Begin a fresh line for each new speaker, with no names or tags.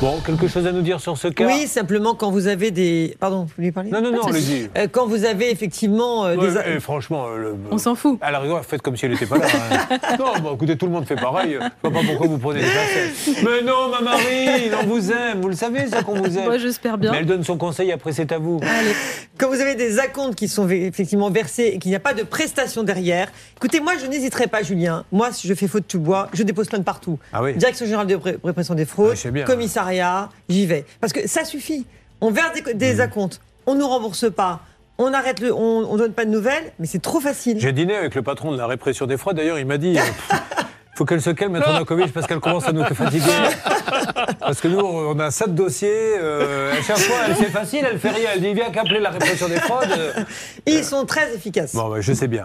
Bon, quelque chose à nous dire sur ce cas
Oui, simplement quand vous avez des. Pardon, vous voulez parler
Non, non, non,
Pas de souci.
allez-y.
Euh, Quand vous avez effectivement euh,
Ouais,
des.
et franchement, euh, le-
On s'en fout.
À la rigueur, faites comme si elle n'était pas là. hein. non, bah, écoutez, tout le monde fait pareil. Je vois pas pourquoi vous prenez des pincettes. Mais non, ma Marie, on vous aime. Vous le savez, ça qu'on vous aime.
Moi, j'espère
Mais
bien.
elle donne son conseil, après c'est à vous.
Quand vous avez des acomptes qui sont vé- effectivement versés et qu'il n'y a pas de prestation derrière, écoutez, moi je n'hésiterai pas, Julien. Moi, si je fais faute tout bois, je dépose plainte partout.
Ah oui.
Direction générale de Pré- répression des fraudes,
Ah, je sais bien.
commissariat, j'y vais. Parce que ça suffit. On verse des,
Mhm.
des acomptes, on ne rembourse pas, on arrête le, on, on donne pas de nouvelles, mais c'est trop facile.
J'ai dîné avec le patron de la répression des fraudes. D'ailleurs, il m'a dit. euh, pff, Faut qu'elle se calme, Maître Novakovic, parce qu'elle commence à nous fatiguer. Parce que nous, on a ça de dossiers. euh, à chaque fois, elle c'est facile, elle fait rien. Elle dit viens qu'appeler la répression des fraudes. euh.
Ils sont très efficaces.
Bon, bah, je sais bien.